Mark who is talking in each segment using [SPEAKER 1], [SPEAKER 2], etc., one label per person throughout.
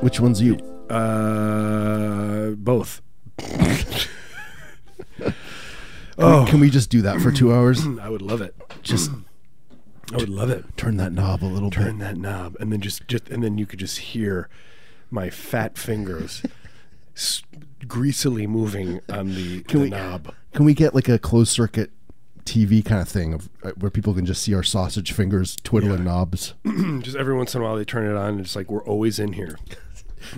[SPEAKER 1] Which one's you?
[SPEAKER 2] Uh, both.
[SPEAKER 1] Oh. Can we just do that for two hours?
[SPEAKER 2] I would love it.
[SPEAKER 1] just
[SPEAKER 2] I would love it.
[SPEAKER 1] turn that knob a little bit.
[SPEAKER 2] Turn that knob, and then just, just, and then you could just hear my fat fingers s- greasily moving on the, the
[SPEAKER 1] we-
[SPEAKER 2] knob.
[SPEAKER 1] Can we get like a closed circuit TV kind of thing of uh, where people can just see our sausage fingers twiddling knobs?
[SPEAKER 2] just every once in a while they turn it on and it's like we're always in here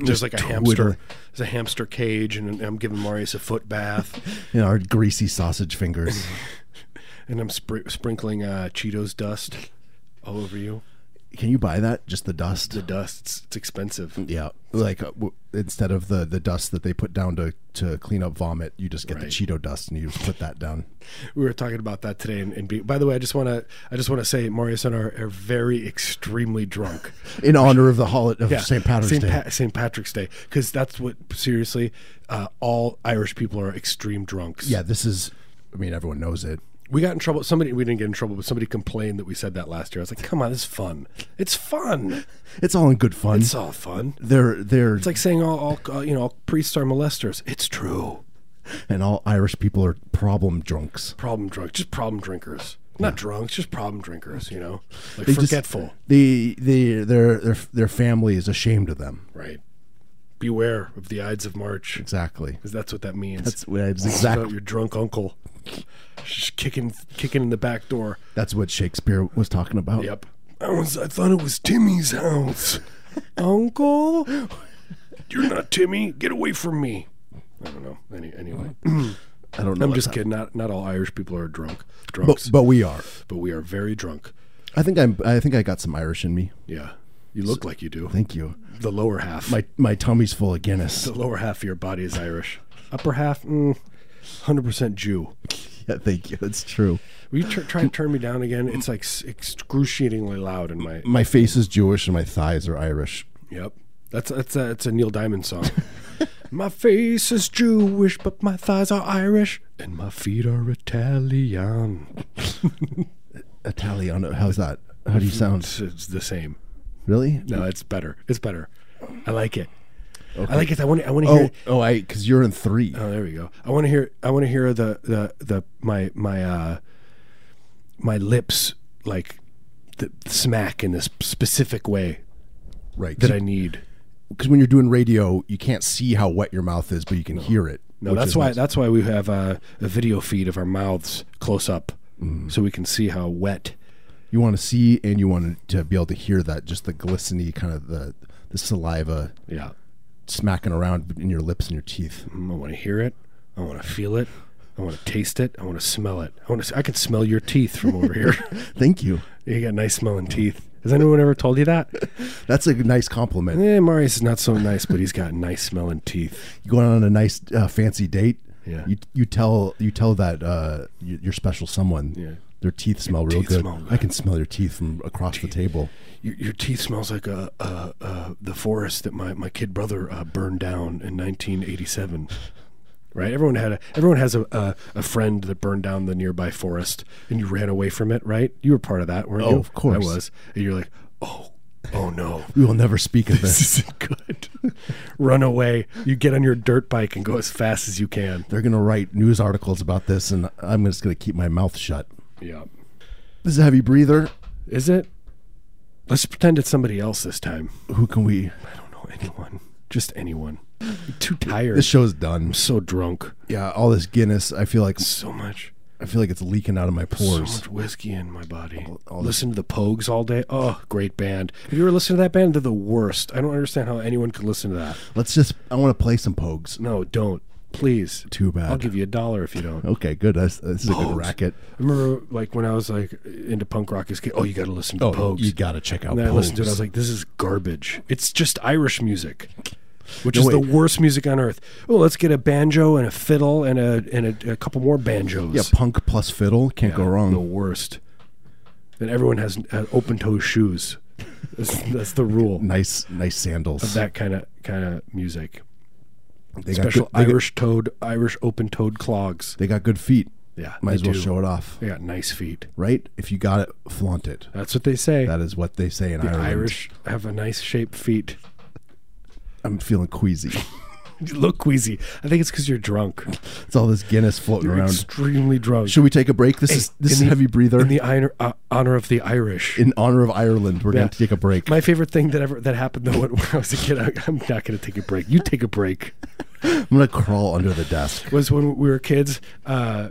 [SPEAKER 2] there's like a hamster
[SPEAKER 1] twiddling.
[SPEAKER 2] there's a hamster cage and i'm giving marius a foot bath
[SPEAKER 1] You know, our greasy sausage fingers.
[SPEAKER 2] and i'm spr- sprinkling uh, cheetos dust all over you
[SPEAKER 1] can you buy that? Just the dust?
[SPEAKER 2] the dust it's, it's expensive
[SPEAKER 1] yeah. Like uh, w- instead of the, the dust that they put down to, to clean up vomit, you just get the
[SPEAKER 2] Right.
[SPEAKER 1] Cheeto dust and you just put that down.
[SPEAKER 2] we were talking about that today and, and be, by the way i just want to i just want to say marius and i are, are very extremely drunk
[SPEAKER 1] In honor of the holiday of St. Patrick's
[SPEAKER 2] St.
[SPEAKER 1] Day.
[SPEAKER 2] Pa- St. Patrick's Day, because that's what seriously, uh, all Irish people are extreme drunks.
[SPEAKER 1] yeah, this is, I mean, everyone knows it.
[SPEAKER 2] We got in trouble. Somebody we didn't get in trouble, but somebody complained that we said that last year. I was like, "Come on, it's fun. It's fun.
[SPEAKER 1] It's all in good fun.
[SPEAKER 2] It's all fun."
[SPEAKER 1] they're they're
[SPEAKER 2] It's like saying all, all uh, you know, all priests are molesters. It's true.
[SPEAKER 1] and all Irish people are problem drunks.
[SPEAKER 2] Problem drunk, just problem drinkers, not drunks, just problem drinkers. You know, like
[SPEAKER 1] They just-
[SPEAKER 2] forgetful,
[SPEAKER 1] the the their their their family is ashamed of them.
[SPEAKER 2] right? Beware of the Ides of March, because
[SPEAKER 1] Exactly.
[SPEAKER 2] that's what that means.
[SPEAKER 1] That's what it's
[SPEAKER 2] About
[SPEAKER 1] exactly.
[SPEAKER 2] your drunk uncle, just kicking, kicking in the back door.
[SPEAKER 1] That's what Shakespeare was talking about.
[SPEAKER 2] Yep. I was. I thought it was Timmy's house. Uncle, you're not Timmy. Get away from me. I don't know. Any, anyway,
[SPEAKER 1] I don't know.
[SPEAKER 2] I'm
[SPEAKER 1] what
[SPEAKER 2] just
[SPEAKER 1] that-
[SPEAKER 2] kidding. Not not all Irish people are drunk. Drunks,
[SPEAKER 1] But,
[SPEAKER 2] but,
[SPEAKER 1] but we are.
[SPEAKER 2] we are very drunk.
[SPEAKER 1] I think I'm. I think I got some Irish in me.
[SPEAKER 2] Yeah, you look like you do.
[SPEAKER 1] Thank you.
[SPEAKER 2] the lower half,
[SPEAKER 1] My my tummy's full of Guinness.
[SPEAKER 2] the lower half of your body is Irish. Upper half, mm, hundred percent Jew.
[SPEAKER 1] Yeah, thank you. That's true.
[SPEAKER 2] Will you tr- try and turn me down again? It's like s- excruciatingly loud in my.
[SPEAKER 1] My face is Jewish and my thighs are Irish.
[SPEAKER 2] Yep. That's that's a, it's a Neil Diamond song. my face is Jewish, but my thighs are Irish, and my feet are Italian.
[SPEAKER 1] Italian. How's that? How do you sound?
[SPEAKER 2] It's, it's the same.
[SPEAKER 1] Really?
[SPEAKER 2] No, it's better. It's better. I like it. I like it. I want. I want to hear.
[SPEAKER 1] Oh, oh, I because you're in three.
[SPEAKER 2] Oh, there we go. I want to hear. I want to hear the the the my my uh my lips like the smack in this specific way
[SPEAKER 1] right.
[SPEAKER 2] that I need.
[SPEAKER 1] Because when you're doing radio, you can't see how wet your mouth is, but you can hear it.
[SPEAKER 2] No,
[SPEAKER 1] which
[SPEAKER 2] that's
[SPEAKER 1] is
[SPEAKER 2] why
[SPEAKER 1] nice.
[SPEAKER 2] that's why we have a, a video feed of our mouths close up,
[SPEAKER 1] Mm.
[SPEAKER 2] so we can see how wet.
[SPEAKER 1] you want to see and you want to be able to hear that just the glisteny kind of the the saliva
[SPEAKER 2] Yeah,
[SPEAKER 1] smacking around in your lips and your teeth.
[SPEAKER 2] Mm, I want to hear it. I want to feel it. I want to taste it. I want to smell it. I want to. I can smell your teeth from over here.
[SPEAKER 1] Thank you.
[SPEAKER 2] you got nice smelling teeth. Has anyone ever told you that?
[SPEAKER 1] That's a nice compliment.
[SPEAKER 2] eh, Marius is not so nice, but he's got nice smelling teeth.
[SPEAKER 1] You going on a nice uh, fancy date.
[SPEAKER 2] Yeah.
[SPEAKER 1] You you tell you tell that uh, y- your special someone.
[SPEAKER 2] Yeah.
[SPEAKER 1] Their teeth smell real
[SPEAKER 2] teeth
[SPEAKER 1] good.
[SPEAKER 2] smell good.
[SPEAKER 1] I can smell your teeth from across the table.
[SPEAKER 2] Your, your teeth smells like uh uh uh the forest that my, my kid brother uh, burned down in 1987. Right, everyone had a everyone has a, a a friend that burned down the nearby forest, and you ran away from it. Right, you were part of that, weren't
[SPEAKER 1] Oh,
[SPEAKER 2] you?
[SPEAKER 1] of course.
[SPEAKER 2] I was. And you're like, oh, oh no,
[SPEAKER 1] We will never speak of this.
[SPEAKER 2] this isn't good. Run away. You get on your dirt bike and go as fast as you can.
[SPEAKER 1] They're gonna write news articles about this, and I'm just gonna keep my mouth shut.
[SPEAKER 2] Yeah.
[SPEAKER 1] This is a heavy breather.
[SPEAKER 2] Is it? Let's pretend it's somebody else this time.
[SPEAKER 1] Who can we?
[SPEAKER 2] I don't know anyone. Just anyone. I'm too tired.
[SPEAKER 1] This show's done.
[SPEAKER 2] I'm so drunk.
[SPEAKER 1] Yeah, all this Guinness. I feel like
[SPEAKER 2] So much.
[SPEAKER 1] I feel like it's leaking out of my
[SPEAKER 2] So
[SPEAKER 1] pores.
[SPEAKER 2] much whiskey in my body. Listen to the Pogues all day. Oh, great band. Have you ever listened to that band? They're the worst. I don't understand how anyone could listen to that.
[SPEAKER 1] Let's just. I want to play some Pogues.
[SPEAKER 2] No, don't. Please.
[SPEAKER 1] Too bad.
[SPEAKER 2] I'll give you a dollar if you don't.
[SPEAKER 1] Okay, good. That's, this is a good
[SPEAKER 2] Pogues.
[SPEAKER 1] racket.
[SPEAKER 2] I remember like when I was like into punk rock as a kid, oh you gotta listen to Pogues.
[SPEAKER 1] you got to check out.
[SPEAKER 2] and then I listened to it, I
[SPEAKER 1] Pogues.
[SPEAKER 2] was like, this is garbage. It's just Irish music. Which
[SPEAKER 1] No,
[SPEAKER 2] is
[SPEAKER 1] wait.
[SPEAKER 2] the worst music on earth. Oh, let's get a banjo and a fiddle and a and a, a couple more banjos.
[SPEAKER 1] yeah, punk plus fiddle can't go wrong.
[SPEAKER 2] The worst. And everyone has, has open toe shoes. That's, that's the rule.
[SPEAKER 1] Nice, nice sandals.
[SPEAKER 2] That kind of kind of music.
[SPEAKER 1] they got
[SPEAKER 2] Special
[SPEAKER 1] good, they got-
[SPEAKER 2] Irish toed, Irish open toed clogs.
[SPEAKER 1] they got good feet.
[SPEAKER 2] Yeah,
[SPEAKER 1] Might
[SPEAKER 2] they
[SPEAKER 1] as well
[SPEAKER 2] do.
[SPEAKER 1] show it off,
[SPEAKER 2] They got nice feet.
[SPEAKER 1] right? If you got it, flaunt it.
[SPEAKER 2] That's what they say.
[SPEAKER 1] That is what they say in
[SPEAKER 2] the
[SPEAKER 1] Ireland.
[SPEAKER 2] Irish have a nice shaped feet.
[SPEAKER 1] I'm feeling queasy.
[SPEAKER 2] You look queasy. I think it's because you're drunk.
[SPEAKER 1] It's all this Guinness floating
[SPEAKER 2] You're
[SPEAKER 1] around.
[SPEAKER 2] extremely drunk.
[SPEAKER 1] Should we take a break? This is this
[SPEAKER 2] in
[SPEAKER 1] is
[SPEAKER 2] the-
[SPEAKER 1] heavy breather.
[SPEAKER 2] in the honor, uh, honor of the Irish.
[SPEAKER 1] in honor of Ireland, we're
[SPEAKER 2] Yeah.
[SPEAKER 1] going to take a break.
[SPEAKER 2] My favorite thing that ever that happened though when, when I was a kid, I, I'm not going to take a break. You take a break.
[SPEAKER 1] I'm going to crawl under the desk.
[SPEAKER 2] was when we were kids. Uh,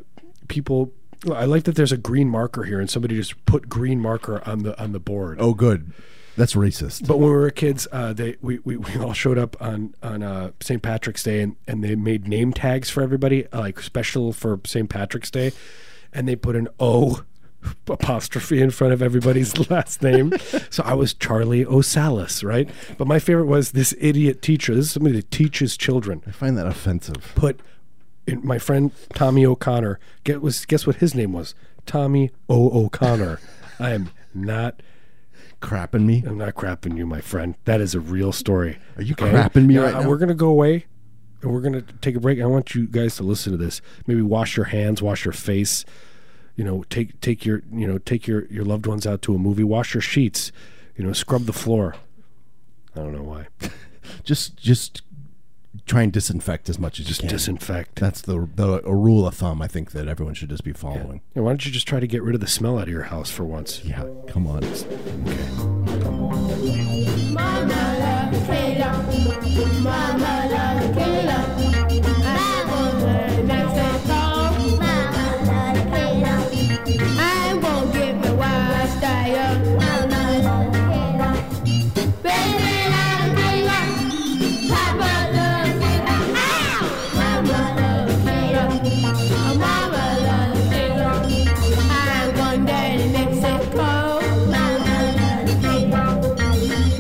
[SPEAKER 2] people, I like that there's a green marker here, and somebody just put green marker on the on the board.
[SPEAKER 1] Oh, good. That's racist.
[SPEAKER 2] But when we were kids, uh, they we, we, we all showed up on on uh, St. Patrick's Day, and, and they made name tags for everybody, uh, like special for St. Patrick's Day, and they put an O apostrophe in front of everybody's last name. so I was Charlie Osalis, right? But my favorite was this idiot teacher. This is somebody that teaches children
[SPEAKER 1] I find that offensive.
[SPEAKER 2] put and my friend Tommy O'Connor. Get was guess what his name was? Tommy O O'Connor. I am not.
[SPEAKER 1] Crapping me.
[SPEAKER 2] I'm not crapping you, my friend. That is a real story.
[SPEAKER 1] Are you crapping me
[SPEAKER 2] Now,
[SPEAKER 1] right now?
[SPEAKER 2] We're gonna go away. And we're gonna take a break. I want you guys to listen to this. Maybe wash your hands, wash your face. You know, take take your you know take your your loved ones out to a movie. Wash your sheets. You know, scrub the floor. I don't know why.
[SPEAKER 1] Just just try and disinfect as much as you can.
[SPEAKER 2] Disinfect.
[SPEAKER 1] That's the the a rule of thumb I think that everyone should just be following.
[SPEAKER 2] Yeah, why don't you just try to get rid of the smell out of your house for once?
[SPEAKER 1] Yeah, come on.
[SPEAKER 3] Mama love Taylor. Mama love Taylor. I won't wear nice and tall. Mama love Taylor. I won't give my wife style. Mama love Taylor. Baby love Taylor. Papa love Taylor. Ow! Mama love Taylor. Oh, Mama love Taylor. I wonder in Mexico. Mama love Taylor.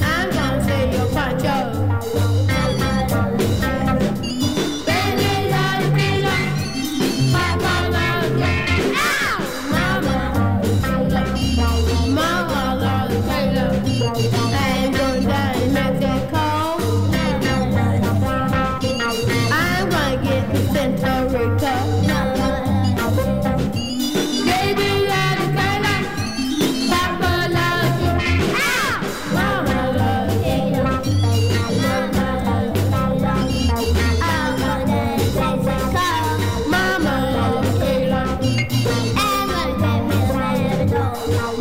[SPEAKER 3] I'm gonna say your poncho. Baby, love, baby, love. Papa, love, baby. Ow! Mama, love, Mama, love, baby, love. I'm gonna die in Mexico. I'm gonna get to Central Rico. Baby, love, baby, love. Papa loves you. Ow! Mama loves you. Mama loves you. I'm gonna take the car. Mama loves you. And I'm gonna take my little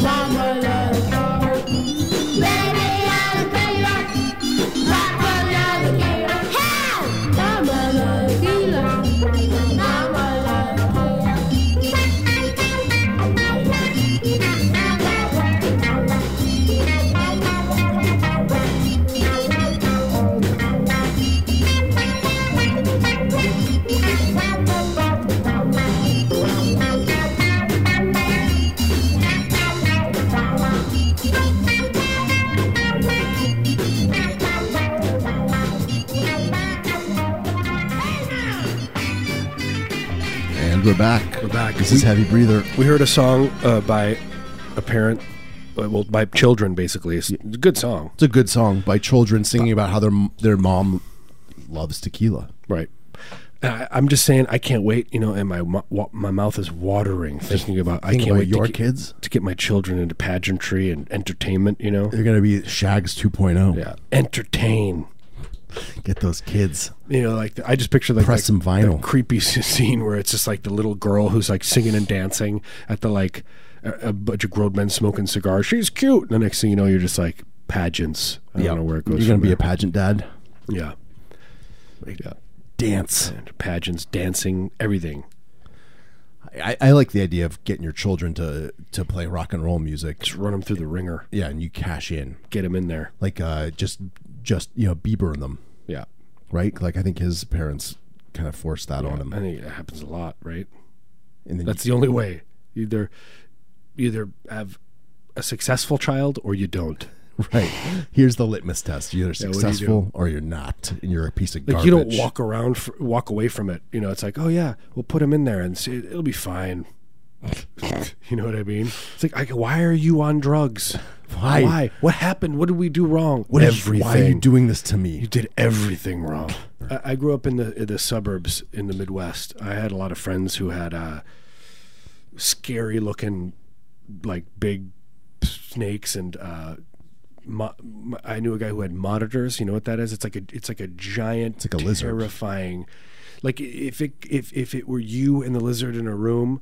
[SPEAKER 3] Mama loves you. Baby, I love you. Papa loves you. Help! Mama loves you. Mama loves you.
[SPEAKER 1] And we're back.
[SPEAKER 2] We're back.
[SPEAKER 1] This is
[SPEAKER 2] We-
[SPEAKER 1] heavy breather.
[SPEAKER 2] We heard a song uh, by a parent, uh, well, by children basically. It's a good song,
[SPEAKER 1] It's a good song by children singing about how their their mom loves tequila.
[SPEAKER 2] right? I, I'm just saying, I can't wait. You know, and my mu- wa- my mouth is watering thinking about. I
[SPEAKER 1] Think
[SPEAKER 2] can't
[SPEAKER 1] about
[SPEAKER 2] wait
[SPEAKER 1] your
[SPEAKER 2] to, get,
[SPEAKER 1] kids.
[SPEAKER 2] to get my children into pageantry and entertainment. You know,
[SPEAKER 1] They're going to be Shags 2.0.
[SPEAKER 2] yeah, entertain.
[SPEAKER 1] Get those kids.
[SPEAKER 2] You know, like I just picture like
[SPEAKER 1] Press
[SPEAKER 2] like,
[SPEAKER 1] some vinyl.
[SPEAKER 2] that creepy s- scene where it's just like the little girl who's like singing and dancing at the like a, a bunch of grown men smoking cigars. She's cute. And the next thing you know, you're just like pageants. I
[SPEAKER 1] Yeah.
[SPEAKER 2] don't know where it goes.
[SPEAKER 1] You're going to
[SPEAKER 2] from
[SPEAKER 1] be a
[SPEAKER 2] there.
[SPEAKER 1] pageant dad.
[SPEAKER 2] Yeah. yeah.
[SPEAKER 1] Dance.
[SPEAKER 2] And pageants, dancing, everything.
[SPEAKER 1] I, I like the idea of getting your children to to play rock and roll music.
[SPEAKER 2] Just run them through the ringer.
[SPEAKER 1] Yeah, and you cash in
[SPEAKER 2] Get them in there.
[SPEAKER 1] like uh, just just you know Bieber and them,
[SPEAKER 2] Yeah.
[SPEAKER 1] right? Like I think his parents kind of forced that on him.
[SPEAKER 2] I think it happens a lot, right?
[SPEAKER 1] And then
[SPEAKER 2] That's
[SPEAKER 1] you,
[SPEAKER 2] the only way. Either either have a successful child or you don't.
[SPEAKER 1] right. Here's the litmus test: you're either
[SPEAKER 2] what do you do?
[SPEAKER 1] successful or you're not, and you're a piece of
[SPEAKER 2] Like
[SPEAKER 1] garbage.
[SPEAKER 2] you don't walk around, fr walk away from it. You know, it's like, oh yeah, we'll put him in there and see, it'll be fine. you know what I mean? It's like, I, why are you on drugs?
[SPEAKER 1] Why?
[SPEAKER 2] Why? What happened? What did we do wrong?
[SPEAKER 1] What is- Why are you doing this to me?
[SPEAKER 2] You did everything wrong. I, I grew up in the in the suburbs in the Midwest. I had a lot of friends who had uh, scary looking, like big snakes, and uh, mo- mo- I knew a guy who had monitors. You know what that is? It's like a it's like a giant, it's
[SPEAKER 1] like a lizard.
[SPEAKER 2] terrifying. Like i- if it if if it were you and the lizard in a room,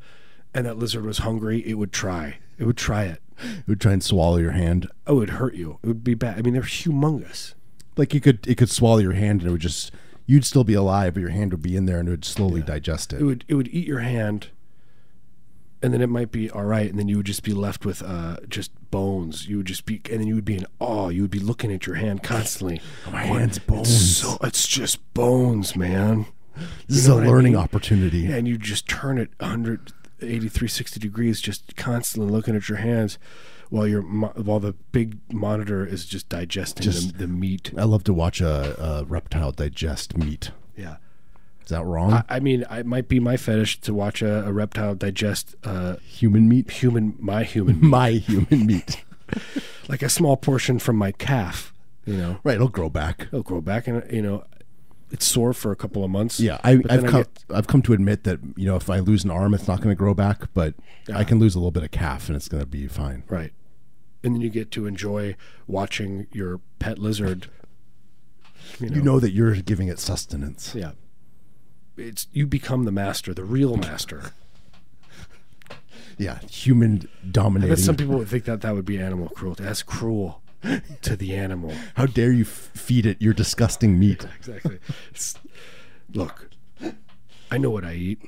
[SPEAKER 2] and that lizard was hungry, it would try. It would try it.
[SPEAKER 1] would try and swallow your hand.
[SPEAKER 2] Oh, it would hurt you. It would be bad. I mean, they're humongous.
[SPEAKER 1] Like you could, it could swallow your hand, and it would just, you'd still be alive, but your hand would be in there, and it would slowly digest it.
[SPEAKER 2] it would it would eat your hand and then it might be all right and then you would just be left with uh, just bones you would just be and then you would be in awe you would be looking at your hand constantly
[SPEAKER 1] My hand's
[SPEAKER 2] it's
[SPEAKER 1] bones.
[SPEAKER 2] so it's just bones man
[SPEAKER 1] this is a
[SPEAKER 2] know what I
[SPEAKER 1] learning
[SPEAKER 2] mean?
[SPEAKER 1] opportunity.
[SPEAKER 2] and you just turn it 180 360 degrees just constantly looking at your hands while your mo- while the big monitor is just digesting
[SPEAKER 1] Just-
[SPEAKER 2] the, the meat
[SPEAKER 1] I love to watch a, a reptile digest meat.
[SPEAKER 2] yeah
[SPEAKER 1] Is that wrong?
[SPEAKER 2] I, I mean it might be my fetish to watch a, a reptile digest uh,
[SPEAKER 1] human meat?
[SPEAKER 2] human my human
[SPEAKER 1] My human meat.
[SPEAKER 2] like a small portion from my calf. You know,
[SPEAKER 1] right, it'll grow back.
[SPEAKER 2] it'll grow back, and you know, it's sore for a couple of months.
[SPEAKER 1] Yeah, I,
[SPEAKER 2] But
[SPEAKER 1] I've
[SPEAKER 2] then I
[SPEAKER 1] come.
[SPEAKER 2] get-
[SPEAKER 1] I've come to admit that you know if I lose an arm, it's not going to grow back, but I can lose a little bit of calf, and it's going to be fine.
[SPEAKER 2] right, and then you get to enjoy watching your pet lizard. You know,
[SPEAKER 1] You know that you're giving it sustenance.
[SPEAKER 2] yeah, it's you become the master, the real master.
[SPEAKER 1] Yeah, human dominating.
[SPEAKER 2] But some people would think that that would be animal cruelty. That's cruel to the animal.
[SPEAKER 1] How dare you f- feed it your disgusting meat?
[SPEAKER 2] Exactly. It's- Look, I know what I eat.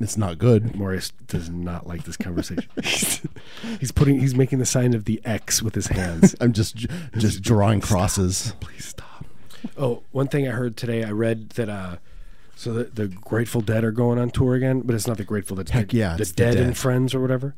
[SPEAKER 1] It's not good.
[SPEAKER 2] Morris does not like this conversation. he's putting, he's making the sign of the X with his hands.
[SPEAKER 1] I'm just just drawing crosses.
[SPEAKER 2] Please stop. Oh, one thing I heard today, I read that uh so the, the Grateful Dead are going on tour again, but it's not the Grateful Dead.
[SPEAKER 1] Heck
[SPEAKER 2] the,
[SPEAKER 1] yeah,
[SPEAKER 2] the
[SPEAKER 1] it's the
[SPEAKER 2] Dead,
[SPEAKER 1] Dead.
[SPEAKER 2] and Friends or whatever.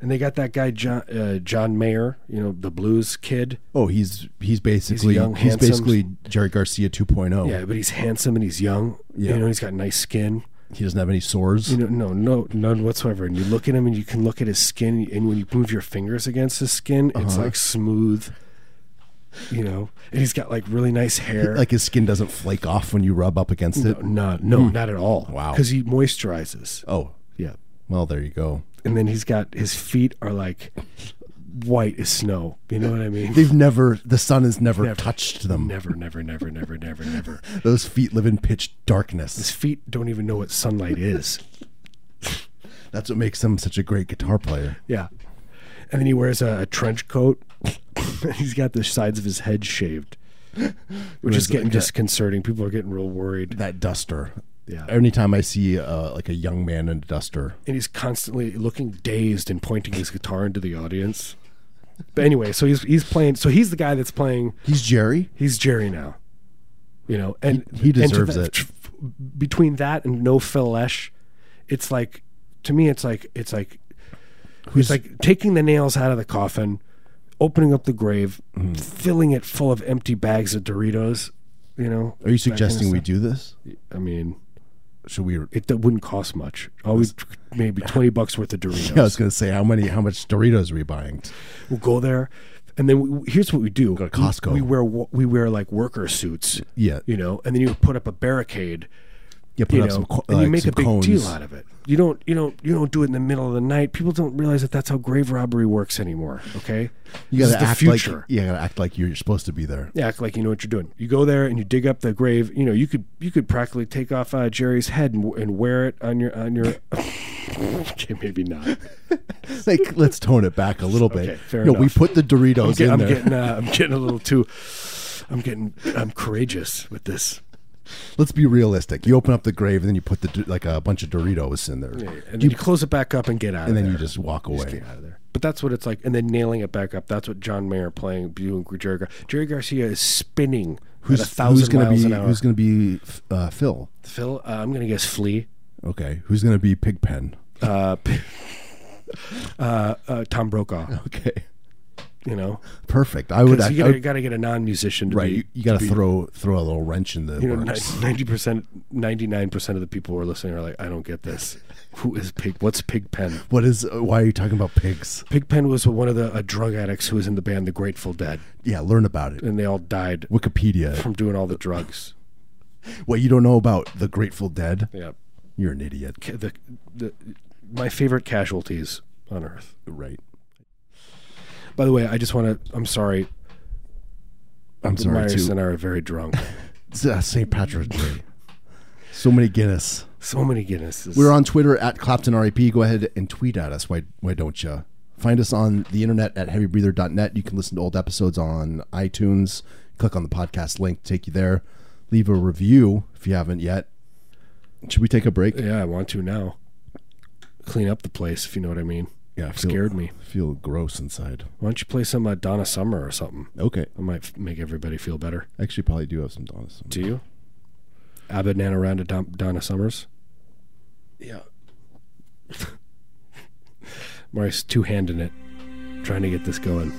[SPEAKER 2] And they got that guy John uh, John Mayer, you know, the blues kid.
[SPEAKER 1] Oh, he's he's basically he's,
[SPEAKER 2] young, handsome-
[SPEAKER 1] basically Jerry Garcia oh. 2.0.
[SPEAKER 2] Yeah, but he's handsome and he's young.
[SPEAKER 1] Yeah.
[SPEAKER 2] You know, he's got nice skin.
[SPEAKER 1] He doesn't have any sores.
[SPEAKER 2] You know, no, no, none whatsoever. And you look at him and you can look at his skin. And when you move your fingers against his skin,
[SPEAKER 1] Uh-huh.
[SPEAKER 2] it's like smooth, you know. And he's got like really nice hair.
[SPEAKER 1] like his skin doesn't flake off when you rub up against it.
[SPEAKER 2] No, no, not at all.
[SPEAKER 1] Hmm. Wow.
[SPEAKER 2] Because he moisturizes.
[SPEAKER 1] Oh,
[SPEAKER 2] Yeah.
[SPEAKER 1] well, there you go.
[SPEAKER 2] And then he's got his feet are like white as snow. You know what I mean?
[SPEAKER 1] They've never the sun has never, touched them.
[SPEAKER 2] never, never, never, never, never, never.
[SPEAKER 1] Those feet live in pitch darkness.
[SPEAKER 2] His feet don't even know what sunlight is.
[SPEAKER 1] That's what makes him such a great guitar player.
[SPEAKER 2] Yeah. And then he wears a, a trench coat. he's got the sides of his head shaved, which is
[SPEAKER 1] Whereas,
[SPEAKER 2] getting
[SPEAKER 1] like, that-
[SPEAKER 2] disconcerting. People are getting real worried.
[SPEAKER 1] That duster.
[SPEAKER 2] Yeah.
[SPEAKER 1] Anytime I see uh, like a young man in a duster,
[SPEAKER 2] and he's constantly looking dazed and pointing his guitar into the audience. But anyway, so he's he's playing. So he's the guy that's playing
[SPEAKER 1] he's Jerry.
[SPEAKER 2] he's Jerry now. You know, and
[SPEAKER 1] He- he
[SPEAKER 2] and to
[SPEAKER 1] deserves
[SPEAKER 2] that-
[SPEAKER 1] it.
[SPEAKER 2] tr- Between that and no Phil Lesh, it's like to me, it's like it's like
[SPEAKER 1] Who's
[SPEAKER 2] it's like taking the nails out of the coffin, opening up the grave,
[SPEAKER 1] Mm.
[SPEAKER 2] filling it full of empty bags of Doritos. You know,
[SPEAKER 1] Are you
[SPEAKER 2] that kind of
[SPEAKER 1] suggesting we
[SPEAKER 2] stuff.
[SPEAKER 1] do this?
[SPEAKER 2] I mean,
[SPEAKER 1] Should we?
[SPEAKER 2] it that wouldn't cost much. Always maybe twenty bucks worth of Doritos.
[SPEAKER 1] I was going to say how many, how much Doritos are we buying?
[SPEAKER 2] We'll go there, and then we, here's what we do:
[SPEAKER 1] to Costco.
[SPEAKER 2] We, we wear wa- we wear like worker suits.
[SPEAKER 1] Yeah.
[SPEAKER 2] you know, and then you put up a barricade.
[SPEAKER 1] You put
[SPEAKER 2] you
[SPEAKER 1] up
[SPEAKER 2] know,
[SPEAKER 1] some, co-
[SPEAKER 2] and
[SPEAKER 1] like
[SPEAKER 2] you make
[SPEAKER 1] some
[SPEAKER 2] a big
[SPEAKER 1] cones.
[SPEAKER 2] deal out of it. You don't, you don't, you don't do it in the middle of the night. People don't realize that that's how grave robbery works anymore. Okay,
[SPEAKER 1] You got to
[SPEAKER 2] This is the
[SPEAKER 1] act
[SPEAKER 2] future.
[SPEAKER 1] like you got to act like you're supposed to be there.
[SPEAKER 2] Yeah, act like you know what you're doing. You go there and you dig up the grave. You know, you could you could practically take off uh, Jerry's head and, and wear it on your on your. okay, maybe not.
[SPEAKER 1] Like, let's tone it back a little bit.
[SPEAKER 2] Okay, fair
[SPEAKER 1] no, we
[SPEAKER 2] enough.
[SPEAKER 1] put the Doritos
[SPEAKER 2] Get-
[SPEAKER 1] in
[SPEAKER 2] I'm
[SPEAKER 1] there.
[SPEAKER 2] getting uh, I'm getting a little too. I'm getting I'm courageous with this.
[SPEAKER 1] Let's be realistic. You open up the grave and then you put the like a bunch of Doritos in there,
[SPEAKER 2] And then you, close it back up and get out.
[SPEAKER 1] and
[SPEAKER 2] of
[SPEAKER 1] then
[SPEAKER 2] there.
[SPEAKER 1] you just walk away.
[SPEAKER 2] get out of there. But that's what it's like. And then nailing it back up. That's what John Mayer playing doing Jerry. Gar- Jerry Garcia is spinning
[SPEAKER 1] Who's
[SPEAKER 2] at a thousand
[SPEAKER 1] who's gonna
[SPEAKER 2] miles
[SPEAKER 1] be
[SPEAKER 2] an hour.
[SPEAKER 1] who's gonna be uh, Phil?
[SPEAKER 2] Phil, uh, I'm gonna guess Flea.
[SPEAKER 1] Okay, who's gonna be Pigpen?
[SPEAKER 2] Uh, p- uh, uh, Tom Brokaw.
[SPEAKER 1] Okay,
[SPEAKER 2] You know,
[SPEAKER 1] perfect. I would.
[SPEAKER 2] so
[SPEAKER 1] act-
[SPEAKER 2] you
[SPEAKER 1] I
[SPEAKER 2] gotta,
[SPEAKER 1] would-
[SPEAKER 2] got to get a non-musician. To
[SPEAKER 1] right,
[SPEAKER 2] be-
[SPEAKER 1] you, you got
[SPEAKER 2] to
[SPEAKER 1] to
[SPEAKER 2] be-
[SPEAKER 1] throw throw a little wrench in the
[SPEAKER 2] You know,
[SPEAKER 1] works.
[SPEAKER 2] ninety percent, ninety-nine percent of the people who are listening are like, "I don't get this. Who is pig? What's Pigpen?
[SPEAKER 1] What is? uh, Why are you talking about pigs?
[SPEAKER 2] Pigpen was one of the uh, drug addicts who was in the band The Grateful Dead,
[SPEAKER 1] Yeah, learn about it.
[SPEAKER 2] and they all died
[SPEAKER 1] Wikipedia.
[SPEAKER 2] from doing all the drugs.
[SPEAKER 1] What you don't know about the Grateful Dead?
[SPEAKER 2] Yeah,
[SPEAKER 1] You're an idiot.
[SPEAKER 2] Ca- the, the my favorite casualties on Earth.
[SPEAKER 1] Right.
[SPEAKER 2] By the way, I just want to. I'm sorry.
[SPEAKER 1] I'm sorry
[SPEAKER 2] Myers
[SPEAKER 1] too.
[SPEAKER 2] and I are very drunk.
[SPEAKER 1] It's, uh, St. Patrick's Day. So many Guinness.
[SPEAKER 2] so many Guinnesses.
[SPEAKER 1] We're on Twitter at Clapton RIP. Go ahead and tweet at us. Why why don't you? Find us on the internet at heavybreather.net. You can listen to old episodes on iTunes. Click on the podcast link, take you there. Leave a review if you haven't yet. Should we take a break?
[SPEAKER 2] Yeah, I want to now. Clean up the place, if you know what I mean.
[SPEAKER 1] Yeah, I feel-
[SPEAKER 2] scared me.
[SPEAKER 1] Feel gross inside.
[SPEAKER 2] Why don't you play some uh, Donna Summer or something?
[SPEAKER 1] Okay.
[SPEAKER 2] That might f- make everybody feel better.
[SPEAKER 1] I actually probably do have some donuts.
[SPEAKER 2] Do you? Abba Nanaranda Don- Donna Summers.
[SPEAKER 1] Yeah.
[SPEAKER 2] Marius two handing it, trying to get this going.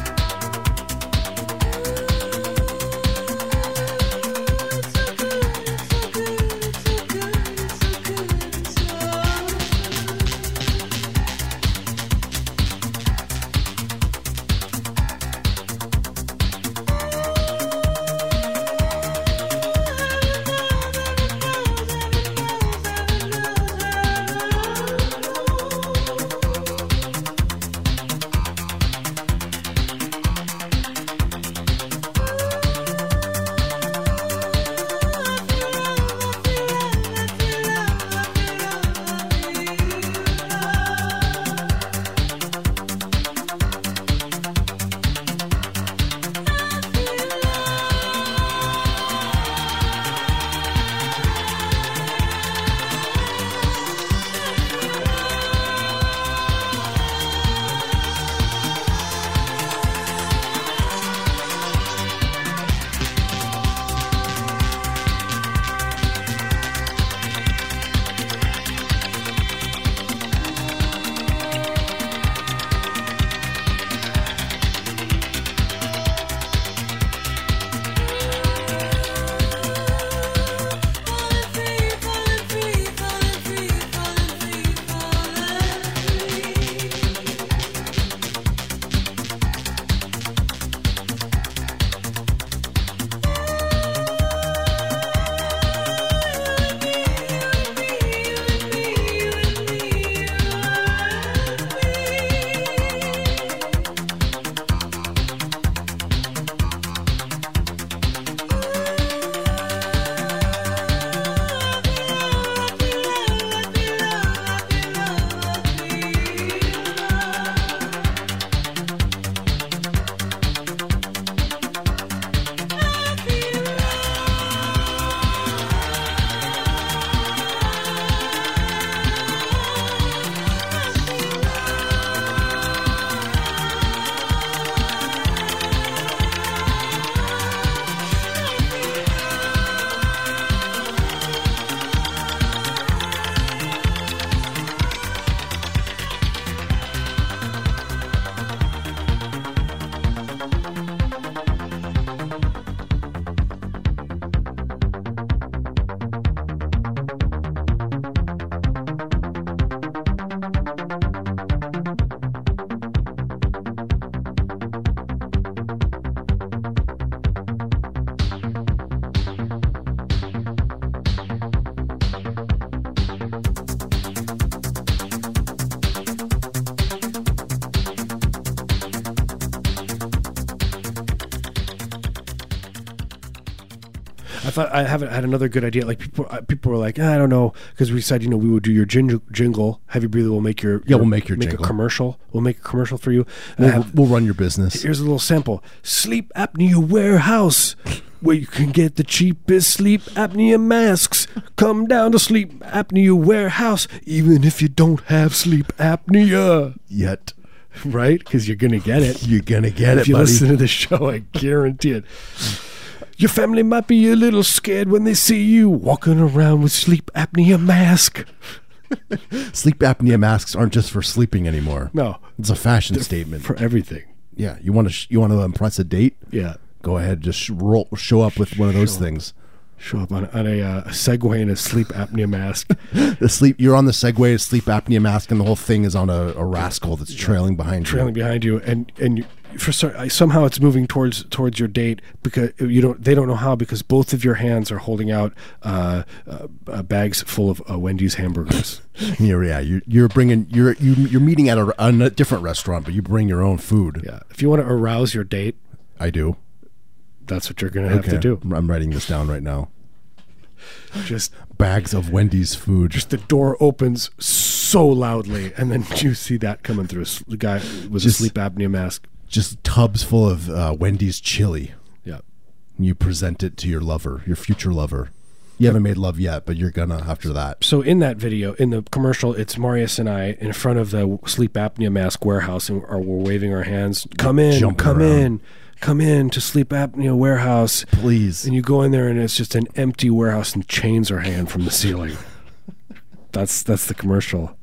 [SPEAKER 3] Thank
[SPEAKER 2] thought I haven't had another good idea. Like people, uh, people were like, "Ah, I don't know, because we said you know we would do your jingle. jingle. Heavy breather will make your yeah,
[SPEAKER 1] we'll make your
[SPEAKER 2] make
[SPEAKER 1] jingle.
[SPEAKER 2] a commercial. We'll make a commercial for you. And I
[SPEAKER 1] We'll,
[SPEAKER 2] have-
[SPEAKER 1] we'll run your business.
[SPEAKER 2] here's a little sample: sleep apnea warehouse, where you can get the cheapest sleep apnea masks. Come down to sleep apnea warehouse, even if you don't have sleep apnea,
[SPEAKER 1] Yet
[SPEAKER 2] right? Because you're gonna get it
[SPEAKER 1] you're gonna get
[SPEAKER 2] if
[SPEAKER 1] it,
[SPEAKER 2] you
[SPEAKER 1] buddy.
[SPEAKER 2] listen to the show, I guarantee it. Your family might be a little scared when they see you walking around with sleep apnea mask.
[SPEAKER 1] Sleep apnea masks aren't just for sleeping anymore.
[SPEAKER 2] No,
[SPEAKER 1] It's a fashion statement.
[SPEAKER 2] for everything.
[SPEAKER 1] yeah, you want to sh- you want to impress a date?
[SPEAKER 2] Yeah,
[SPEAKER 1] Go ahead, just sh- roll, show up with one of those things.
[SPEAKER 2] show up on, on a uh, Segway and a sleep apnea mask.
[SPEAKER 1] The sleep you're on the Segway, a sleep apnea mask, and the whole thing is on a, a rascal that's trailing behind you.
[SPEAKER 2] trailing behind you, and and you, for cer- I- somehow it's moving towards towards your date because you don't they don't know how because both of your hands are holding out uh, uh, uh, bags full of uh, Wendy's hamburgers.
[SPEAKER 1] Yeah, yeah. You're, you're bringing you're you, you're meeting at a, a different restaurant, but you bring your own food.
[SPEAKER 2] yeah, if you want to arouse your date,
[SPEAKER 1] I do.
[SPEAKER 2] that's what you're gonna have to do.
[SPEAKER 1] I'm writing this down right now.
[SPEAKER 2] Just
[SPEAKER 1] Bags of Wendy's food.
[SPEAKER 2] just the door opens so loudly, and then you see that coming through. S- The guy with
[SPEAKER 1] Just-
[SPEAKER 2] a sleep apnea mask.
[SPEAKER 1] just tubs full of uh, Wendy's chili.
[SPEAKER 2] Yeah,
[SPEAKER 1] And you present it to your lover, your future lover. You haven't made love yet, but you're gonna after that.
[SPEAKER 2] so in that video, in the commercial, it's Marius and I in front of the sleep apnea mask warehouse, and are, we're waving our hands. Come in,
[SPEAKER 1] Jumping
[SPEAKER 2] come
[SPEAKER 1] around.
[SPEAKER 2] in, come in to sleep apnea warehouse.
[SPEAKER 1] Please,
[SPEAKER 2] And you go in there, and it's just an empty warehouse, and chains are hanging from the ceiling. that's that's the commercial.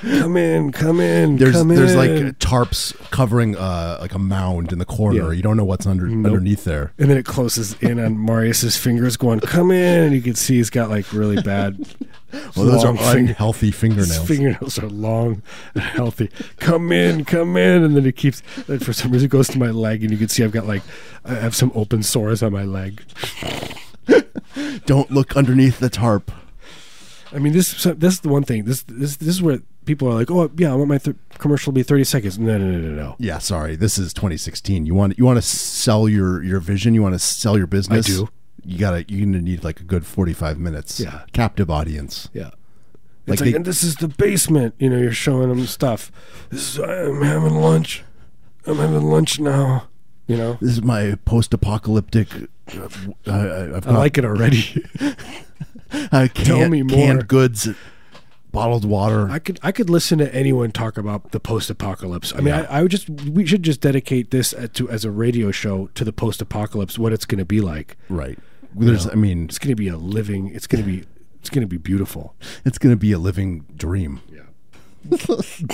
[SPEAKER 2] Come in, come in,
[SPEAKER 1] there's
[SPEAKER 2] come
[SPEAKER 1] there's
[SPEAKER 2] in.
[SPEAKER 1] like tarps covering uh, like a mound in the corner.
[SPEAKER 2] Yeah.
[SPEAKER 1] You don't know what's under underneath there.
[SPEAKER 2] And then it closes in on Marius's fingers going, come in. And you can see he's got like really bad.
[SPEAKER 1] Well, those are
[SPEAKER 2] long fing-
[SPEAKER 1] unhealthy
[SPEAKER 2] his
[SPEAKER 1] fingernails.
[SPEAKER 2] fingernails are long and healthy. Come in, come in. And then he keeps, then for some reason, it goes to my leg. And you can see I've got like, I have some open sores on my leg.
[SPEAKER 1] don't look underneath the tarp.
[SPEAKER 2] I mean, this so this is the one thing. This this this is where people are like, oh, yeah, I want my th- commercial to be 30 seconds. No, no, no, no, no.
[SPEAKER 1] Yeah, sorry. This is 2016. You want you want to sell your your vision. You want to sell your business.
[SPEAKER 2] do.
[SPEAKER 1] You gotta you're gonna need like a good 45 minutes.
[SPEAKER 2] Yeah.
[SPEAKER 1] captive audience.
[SPEAKER 2] Yeah.
[SPEAKER 1] Like
[SPEAKER 2] It's like,
[SPEAKER 1] they-
[SPEAKER 2] and this is the basement. You know, you're showing them stuff. This is, I'm having lunch. I'm having lunch now. You know?
[SPEAKER 1] This is my post-apocalyptic. Uh, I, I- I've
[SPEAKER 2] I
[SPEAKER 1] got
[SPEAKER 2] like it already.
[SPEAKER 1] I can't,
[SPEAKER 2] Tell me more.
[SPEAKER 1] Canned goods, bottled water.
[SPEAKER 2] I could I could listen to anyone talk about the post-apocalypse. I mean, I, I would just we should just dedicate this as, to as a radio show to the post-apocalypse, what it's going to be like.
[SPEAKER 1] right. There's. I mean,
[SPEAKER 2] It's going to be a living. It's going to be it's going to be beautiful.
[SPEAKER 1] it's going to be a living dream.
[SPEAKER 2] Yeah.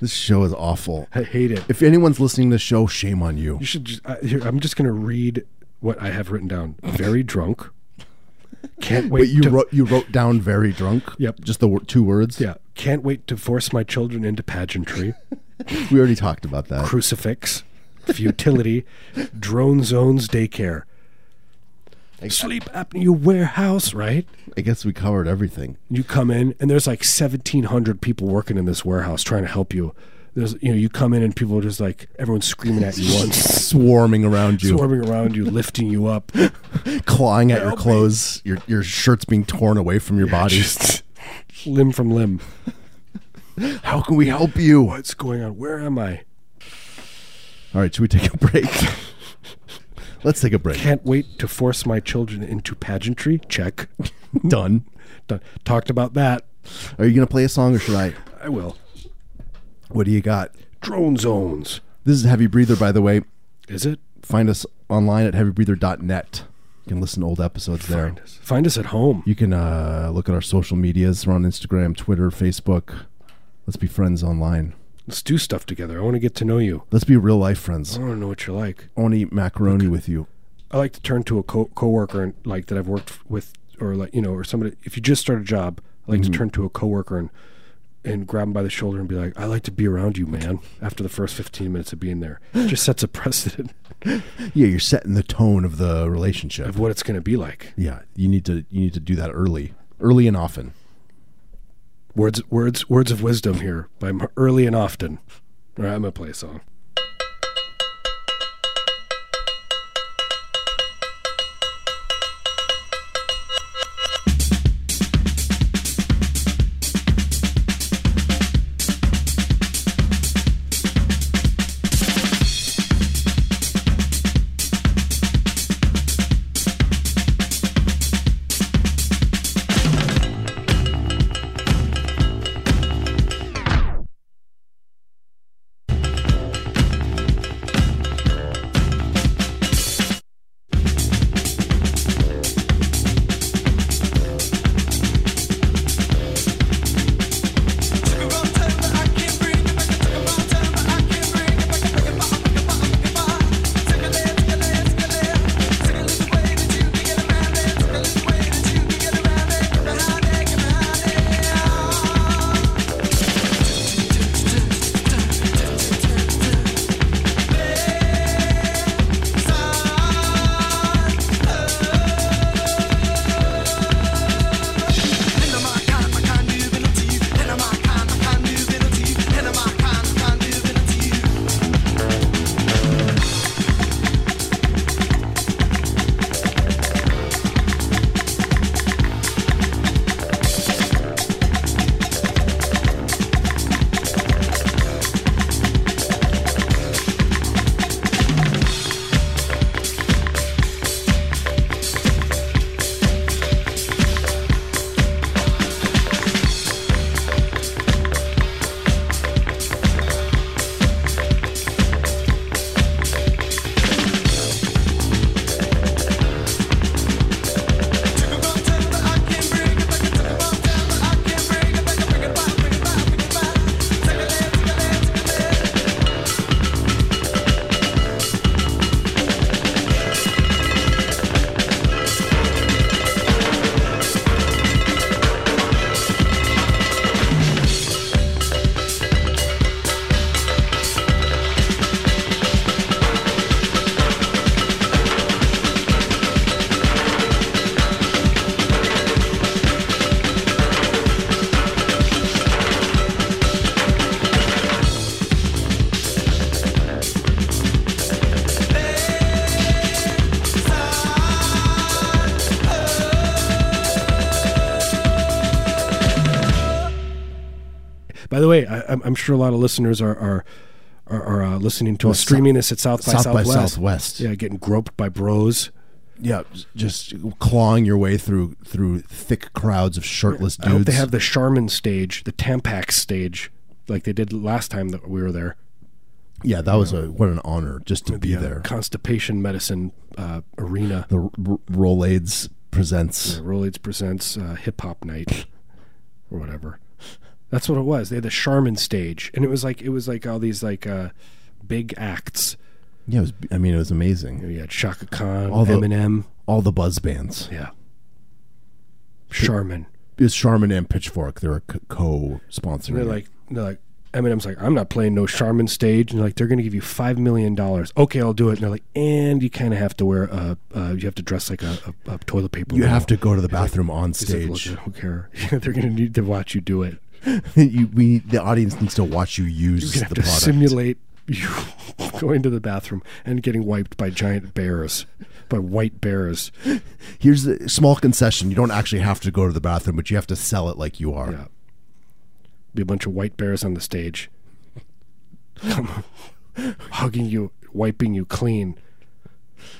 [SPEAKER 1] This show is awful.
[SPEAKER 2] I hate it.
[SPEAKER 1] If anyone's listening to this show, shame on you.
[SPEAKER 2] You should just. I, here, I'm just going to read what I have written down. Very drunk. Can't wait.
[SPEAKER 1] Wait, you
[SPEAKER 2] to-
[SPEAKER 1] wrote you wrote down very drunk.
[SPEAKER 2] Yep.
[SPEAKER 1] Just the wor- two words.
[SPEAKER 2] Yeah. Can't wait to force my children into pageantry.
[SPEAKER 1] We already talked about that.
[SPEAKER 2] Crucifix. Futility. Drone zones daycare. Sleep apnea warehouse, right?
[SPEAKER 1] I guess we covered everything.
[SPEAKER 2] You come in and there's like 1,700 people working in this warehouse trying to help you. There's, you know, you come in and people are just like, everyone's screaming at you once,
[SPEAKER 1] Swarming around you,
[SPEAKER 2] swarming around you, lifting you up.
[SPEAKER 1] clawing at your clothes. Your your shirt's being torn away from your body.
[SPEAKER 2] Just limb from limb.
[SPEAKER 1] How can we help you? All
[SPEAKER 2] What's going on? Where am I?
[SPEAKER 1] right, should we take a break? Let's take a break.
[SPEAKER 2] Can't wait to force my children into pageantry. Check.
[SPEAKER 1] Done.
[SPEAKER 2] Done. Talked about that.
[SPEAKER 1] Are you gonna play a song or should I?
[SPEAKER 2] I will.
[SPEAKER 1] What do you got?
[SPEAKER 2] drone zones.
[SPEAKER 1] This is Heavy Breather, by the way.
[SPEAKER 2] Is it?
[SPEAKER 1] Find us online at heavybreather.net. You can listen to old episodes there.
[SPEAKER 2] Find us at home.
[SPEAKER 1] You can uh, look at our social medias. We're on Instagram, Twitter, Facebook. Let's be friends online.
[SPEAKER 2] Let's do stuff together. I want to get to know you.
[SPEAKER 1] Let's be real life friends.
[SPEAKER 2] I want to know what you're like.
[SPEAKER 1] I want to eat macaroni with you.
[SPEAKER 2] I like to turn to a co- coworker and like that I've worked f- with, or like you know, or somebody. If you just start a job, I like to turn to a coworker and and grab him by the shoulder and be like, "I like to be around you, man." After the first 15 minutes of being there, it just sets a precedent
[SPEAKER 1] Yeah, you're setting the tone of the relationship.
[SPEAKER 2] of what it's going to be like.
[SPEAKER 1] Yeah, you need to you need to do that early, early and often.
[SPEAKER 2] Words, words, words of wisdom here by Mar- early and often. All right, I'm gonna play a song. By the way, I, I'm, I'm sure a lot of listeners are are are, are uh, listening to us,
[SPEAKER 1] Sou-
[SPEAKER 2] streaming this at South by
[SPEAKER 1] South by
[SPEAKER 2] Southwest.
[SPEAKER 1] Southwest.
[SPEAKER 2] Yeah, getting groped by bros.
[SPEAKER 1] Yeah, just clawing your way through through thick crowds of shirtless
[SPEAKER 2] I hope
[SPEAKER 1] dudes.
[SPEAKER 2] they have the Charmin stage, the Tampax stage, like they did last time that we were there.
[SPEAKER 1] yeah, that was a what an honor just to be
[SPEAKER 2] The, uh,
[SPEAKER 1] there.
[SPEAKER 2] Constipation medicine uh, arena.
[SPEAKER 1] The R- R- Rolades presents
[SPEAKER 2] Rolaids presents uh, hip hop night or whatever. That's what it was. They had the Charmin stage, and it was like it was like all these like uh, big acts.
[SPEAKER 1] Yeah, it was, I mean, it was amazing.
[SPEAKER 2] You had Shaka Khan,
[SPEAKER 1] All the-
[SPEAKER 2] Eminem,
[SPEAKER 1] All the buzz bands.
[SPEAKER 2] yeah, Charmin.
[SPEAKER 1] It's Charmin and Pitchfork. They're a co sponsor.
[SPEAKER 2] They're like they're like Eminem's like I'm not playing no Charmin stage, and they're like they're gonna give you five million dollars. Okay, I'll do it. And they're like, and you kind of have to wear a uh, you have to dress like a, a, a toilet paper.
[SPEAKER 1] you
[SPEAKER 2] roll."
[SPEAKER 1] have to go to the bathroom on
[SPEAKER 2] He's like, "Look,
[SPEAKER 1] stage.
[SPEAKER 2] I don't care. they're gonna need to watch you do it.
[SPEAKER 1] you, we, the audience needs to watch you use
[SPEAKER 2] You
[SPEAKER 1] the
[SPEAKER 2] have to
[SPEAKER 1] product.
[SPEAKER 2] simulate you going to the bathroom and getting wiped by giant bears, by white bears.
[SPEAKER 1] Here's a small concession. You don't actually have to go to the bathroom, but you have to sell it like you are.
[SPEAKER 2] Yeah. Be a bunch of white bears on the stage. Come on. Hugging you, wiping you clean.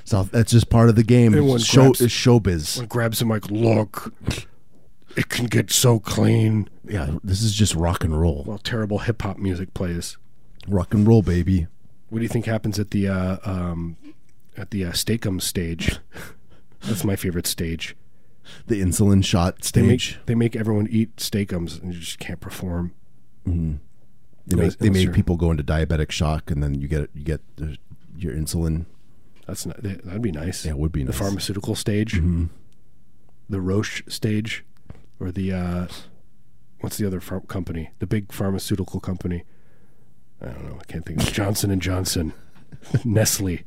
[SPEAKER 1] So that's just part of the game.
[SPEAKER 2] Everyone
[SPEAKER 1] It's Show,
[SPEAKER 2] grabs-
[SPEAKER 1] it's showbiz.
[SPEAKER 2] One grabs him like, look, it can get so clean.
[SPEAKER 1] Yeah, this is just rock and roll.
[SPEAKER 2] While terrible hip hop music plays.
[SPEAKER 1] Rock and roll, baby.
[SPEAKER 2] What do you think happens at the uh, um, at the uh, Steakum stage? That's my favorite stage.
[SPEAKER 1] The insulin shot
[SPEAKER 2] They make,
[SPEAKER 1] stage.
[SPEAKER 2] they make everyone eat Steakums and you just can't perform.
[SPEAKER 1] They make,
[SPEAKER 2] Unless-
[SPEAKER 1] they
[SPEAKER 2] unless
[SPEAKER 1] make
[SPEAKER 2] you're-
[SPEAKER 1] people go into diabetic shock, and then you get you get the, your insulin.
[SPEAKER 2] That's not, that- that'd be nice.
[SPEAKER 1] Yeah, it would be
[SPEAKER 2] the
[SPEAKER 1] nice. Mm-hmm.
[SPEAKER 2] pharmaceutical stage, the Roche stage, or the uh, what's the other phar- company? The big pharmaceutical company. I don't know. I can't think. of Johnson and Johnson, Nestle.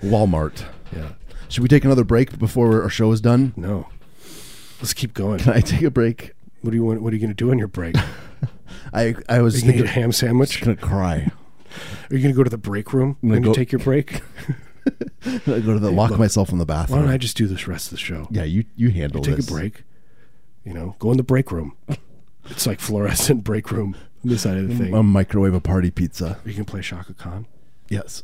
[SPEAKER 1] Walmart.
[SPEAKER 2] Yeah.
[SPEAKER 1] Should we take another break before our show is done?
[SPEAKER 2] No. Let's keep going.
[SPEAKER 1] Can I take a break?
[SPEAKER 2] What do you want? What are you going to do on your break? Are
[SPEAKER 1] I I was
[SPEAKER 2] you going to
[SPEAKER 1] thinking,
[SPEAKER 2] eat a ham sandwich?
[SPEAKER 1] gonna cry.
[SPEAKER 2] Are you going to go to the break room
[SPEAKER 1] I'm gonna
[SPEAKER 2] when you
[SPEAKER 1] go-
[SPEAKER 2] take your break?
[SPEAKER 1] I go to the lock myself in the
[SPEAKER 2] Why
[SPEAKER 1] bathroom.
[SPEAKER 2] don't I just do this rest of the show?
[SPEAKER 1] yeah, you you handle
[SPEAKER 2] take
[SPEAKER 1] this.
[SPEAKER 2] a break. You know, go in the break room. It's like fluorescent break room on this side of the thing.
[SPEAKER 1] A microwave a party pizza.
[SPEAKER 2] you can play Shaka Khan.
[SPEAKER 1] Yes.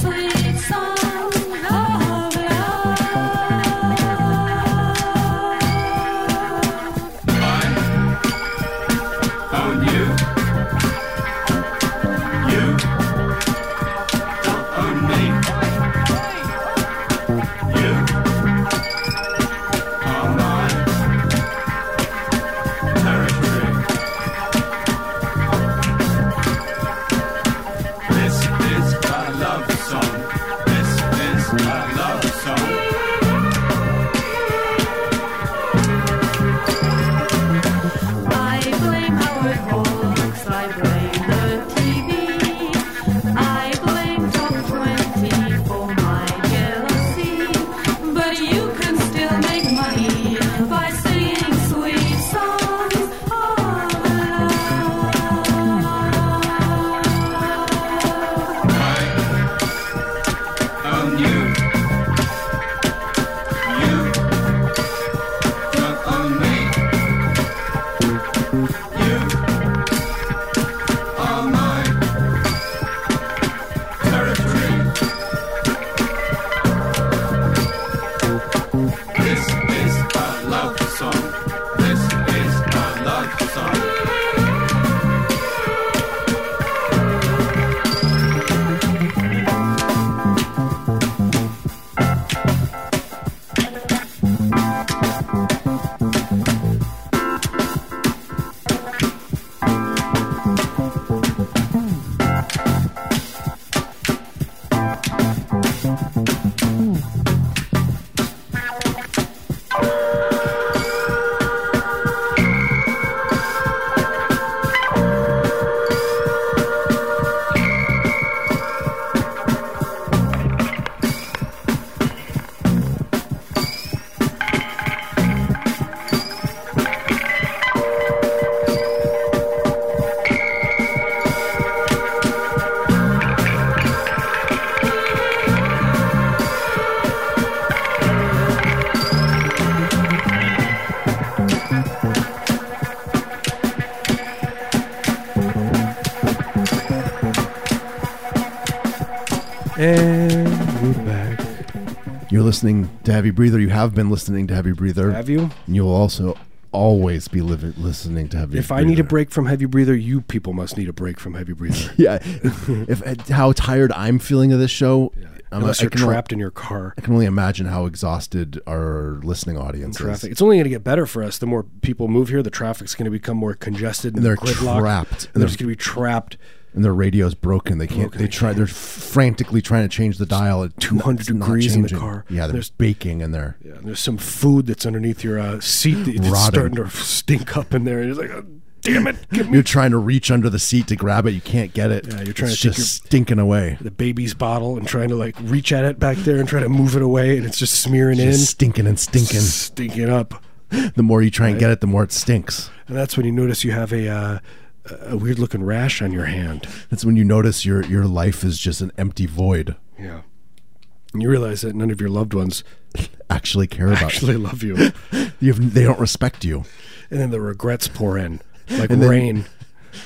[SPEAKER 4] Song Oh, of love.
[SPEAKER 5] on you. You don't own me. You are my territory. This is a love song. This is a love song.
[SPEAKER 4] I blame our books, I blame the TV, I blame Top 20 for my jealousy. But you can still make money by singing sweet songs. Oh,
[SPEAKER 2] And we're back.
[SPEAKER 1] You're listening to Heavy Breather. You have been listening to Heavy Breather.
[SPEAKER 2] Have you?
[SPEAKER 1] And you'll also always be livi- listening to Heavy
[SPEAKER 2] If
[SPEAKER 1] Breather.
[SPEAKER 2] I need a break from heavy breather, you people must need a break from heavy breather.
[SPEAKER 1] Yeah. If, if how tired I'm feeling of this show, I'm
[SPEAKER 2] Unless
[SPEAKER 1] I
[SPEAKER 2] you're
[SPEAKER 1] can uh, o-
[SPEAKER 2] trapped in your car.
[SPEAKER 1] I can only imagine how exhausted our listening audience
[SPEAKER 2] Traffic.
[SPEAKER 1] is.
[SPEAKER 2] It's only going to get better for us. The more people move here, the traffic's going to become more congested
[SPEAKER 1] And
[SPEAKER 2] and
[SPEAKER 1] they're
[SPEAKER 2] gridlock,
[SPEAKER 1] trapped.
[SPEAKER 2] And they're just going to be trapped.
[SPEAKER 1] And their radio's broken. They can't. They try. They're frantically trying to change the dial at
[SPEAKER 2] 200
[SPEAKER 1] it's not
[SPEAKER 2] degrees in the
[SPEAKER 1] changing.
[SPEAKER 2] car.
[SPEAKER 1] Yeah, they're
[SPEAKER 2] There's-
[SPEAKER 1] baking in there.
[SPEAKER 2] Yeah, and there's some food that's underneath your uh, seat that it's
[SPEAKER 1] Rotting.
[SPEAKER 2] starting to stink up in there. And you're like, oh, damn it, give me
[SPEAKER 1] You're trying to reach under the seat to grab it. You can't get it.
[SPEAKER 2] Yeah, you're trying
[SPEAKER 1] it's
[SPEAKER 2] to take
[SPEAKER 1] just
[SPEAKER 2] your-
[SPEAKER 1] stinking away.
[SPEAKER 2] the baby's bottle and trying to like reach at it back there and try to move it away, and it's just smearing
[SPEAKER 1] Just stinking and
[SPEAKER 2] in,
[SPEAKER 1] stinking.
[SPEAKER 2] stinking up.
[SPEAKER 1] The more you try and get it, the more it stinks.
[SPEAKER 2] And that's when you notice you have a uh, a weird looking rash on your hand.
[SPEAKER 1] That's when you notice your your life is just an empty void.
[SPEAKER 2] Yeah, and you realize that none of your loved ones
[SPEAKER 1] Actually care about
[SPEAKER 2] actually love you.
[SPEAKER 1] you. Have, they don't respect you,
[SPEAKER 2] and then the regrets pour in like
[SPEAKER 1] And then-
[SPEAKER 2] rain.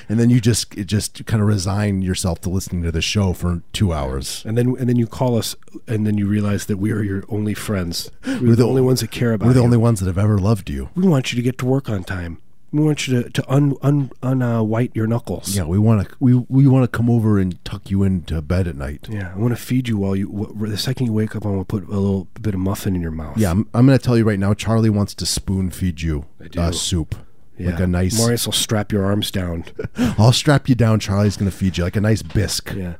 [SPEAKER 1] and then you just it just kind of resign yourself to listening to the show for two hours.
[SPEAKER 2] And then and then you call us, and then you realize that we are your only friends. We're, the,
[SPEAKER 1] the-
[SPEAKER 2] only ones that care about.
[SPEAKER 1] We're the
[SPEAKER 2] you.
[SPEAKER 1] only ones that have ever loved you.
[SPEAKER 2] We want you to get to work on time. We want you to to un un un uh, white your knuckles.
[SPEAKER 1] Yeah, we want to we we want to come over and tuck you into bed at night.
[SPEAKER 2] Yeah, I want to feed you while you. wh- The second you wake up, I want to put a little bit of muffin in your mouth.
[SPEAKER 1] Yeah, I'm, I'm going to tell you right now. Charlie wants to spoon feed you
[SPEAKER 2] do.
[SPEAKER 1] uh, soup,
[SPEAKER 2] Yeah.
[SPEAKER 1] like a nice.
[SPEAKER 2] Marius will strap your arms down.
[SPEAKER 1] I'll strap you down. Charlie's going to feed you like a nice bisque,
[SPEAKER 2] yeah,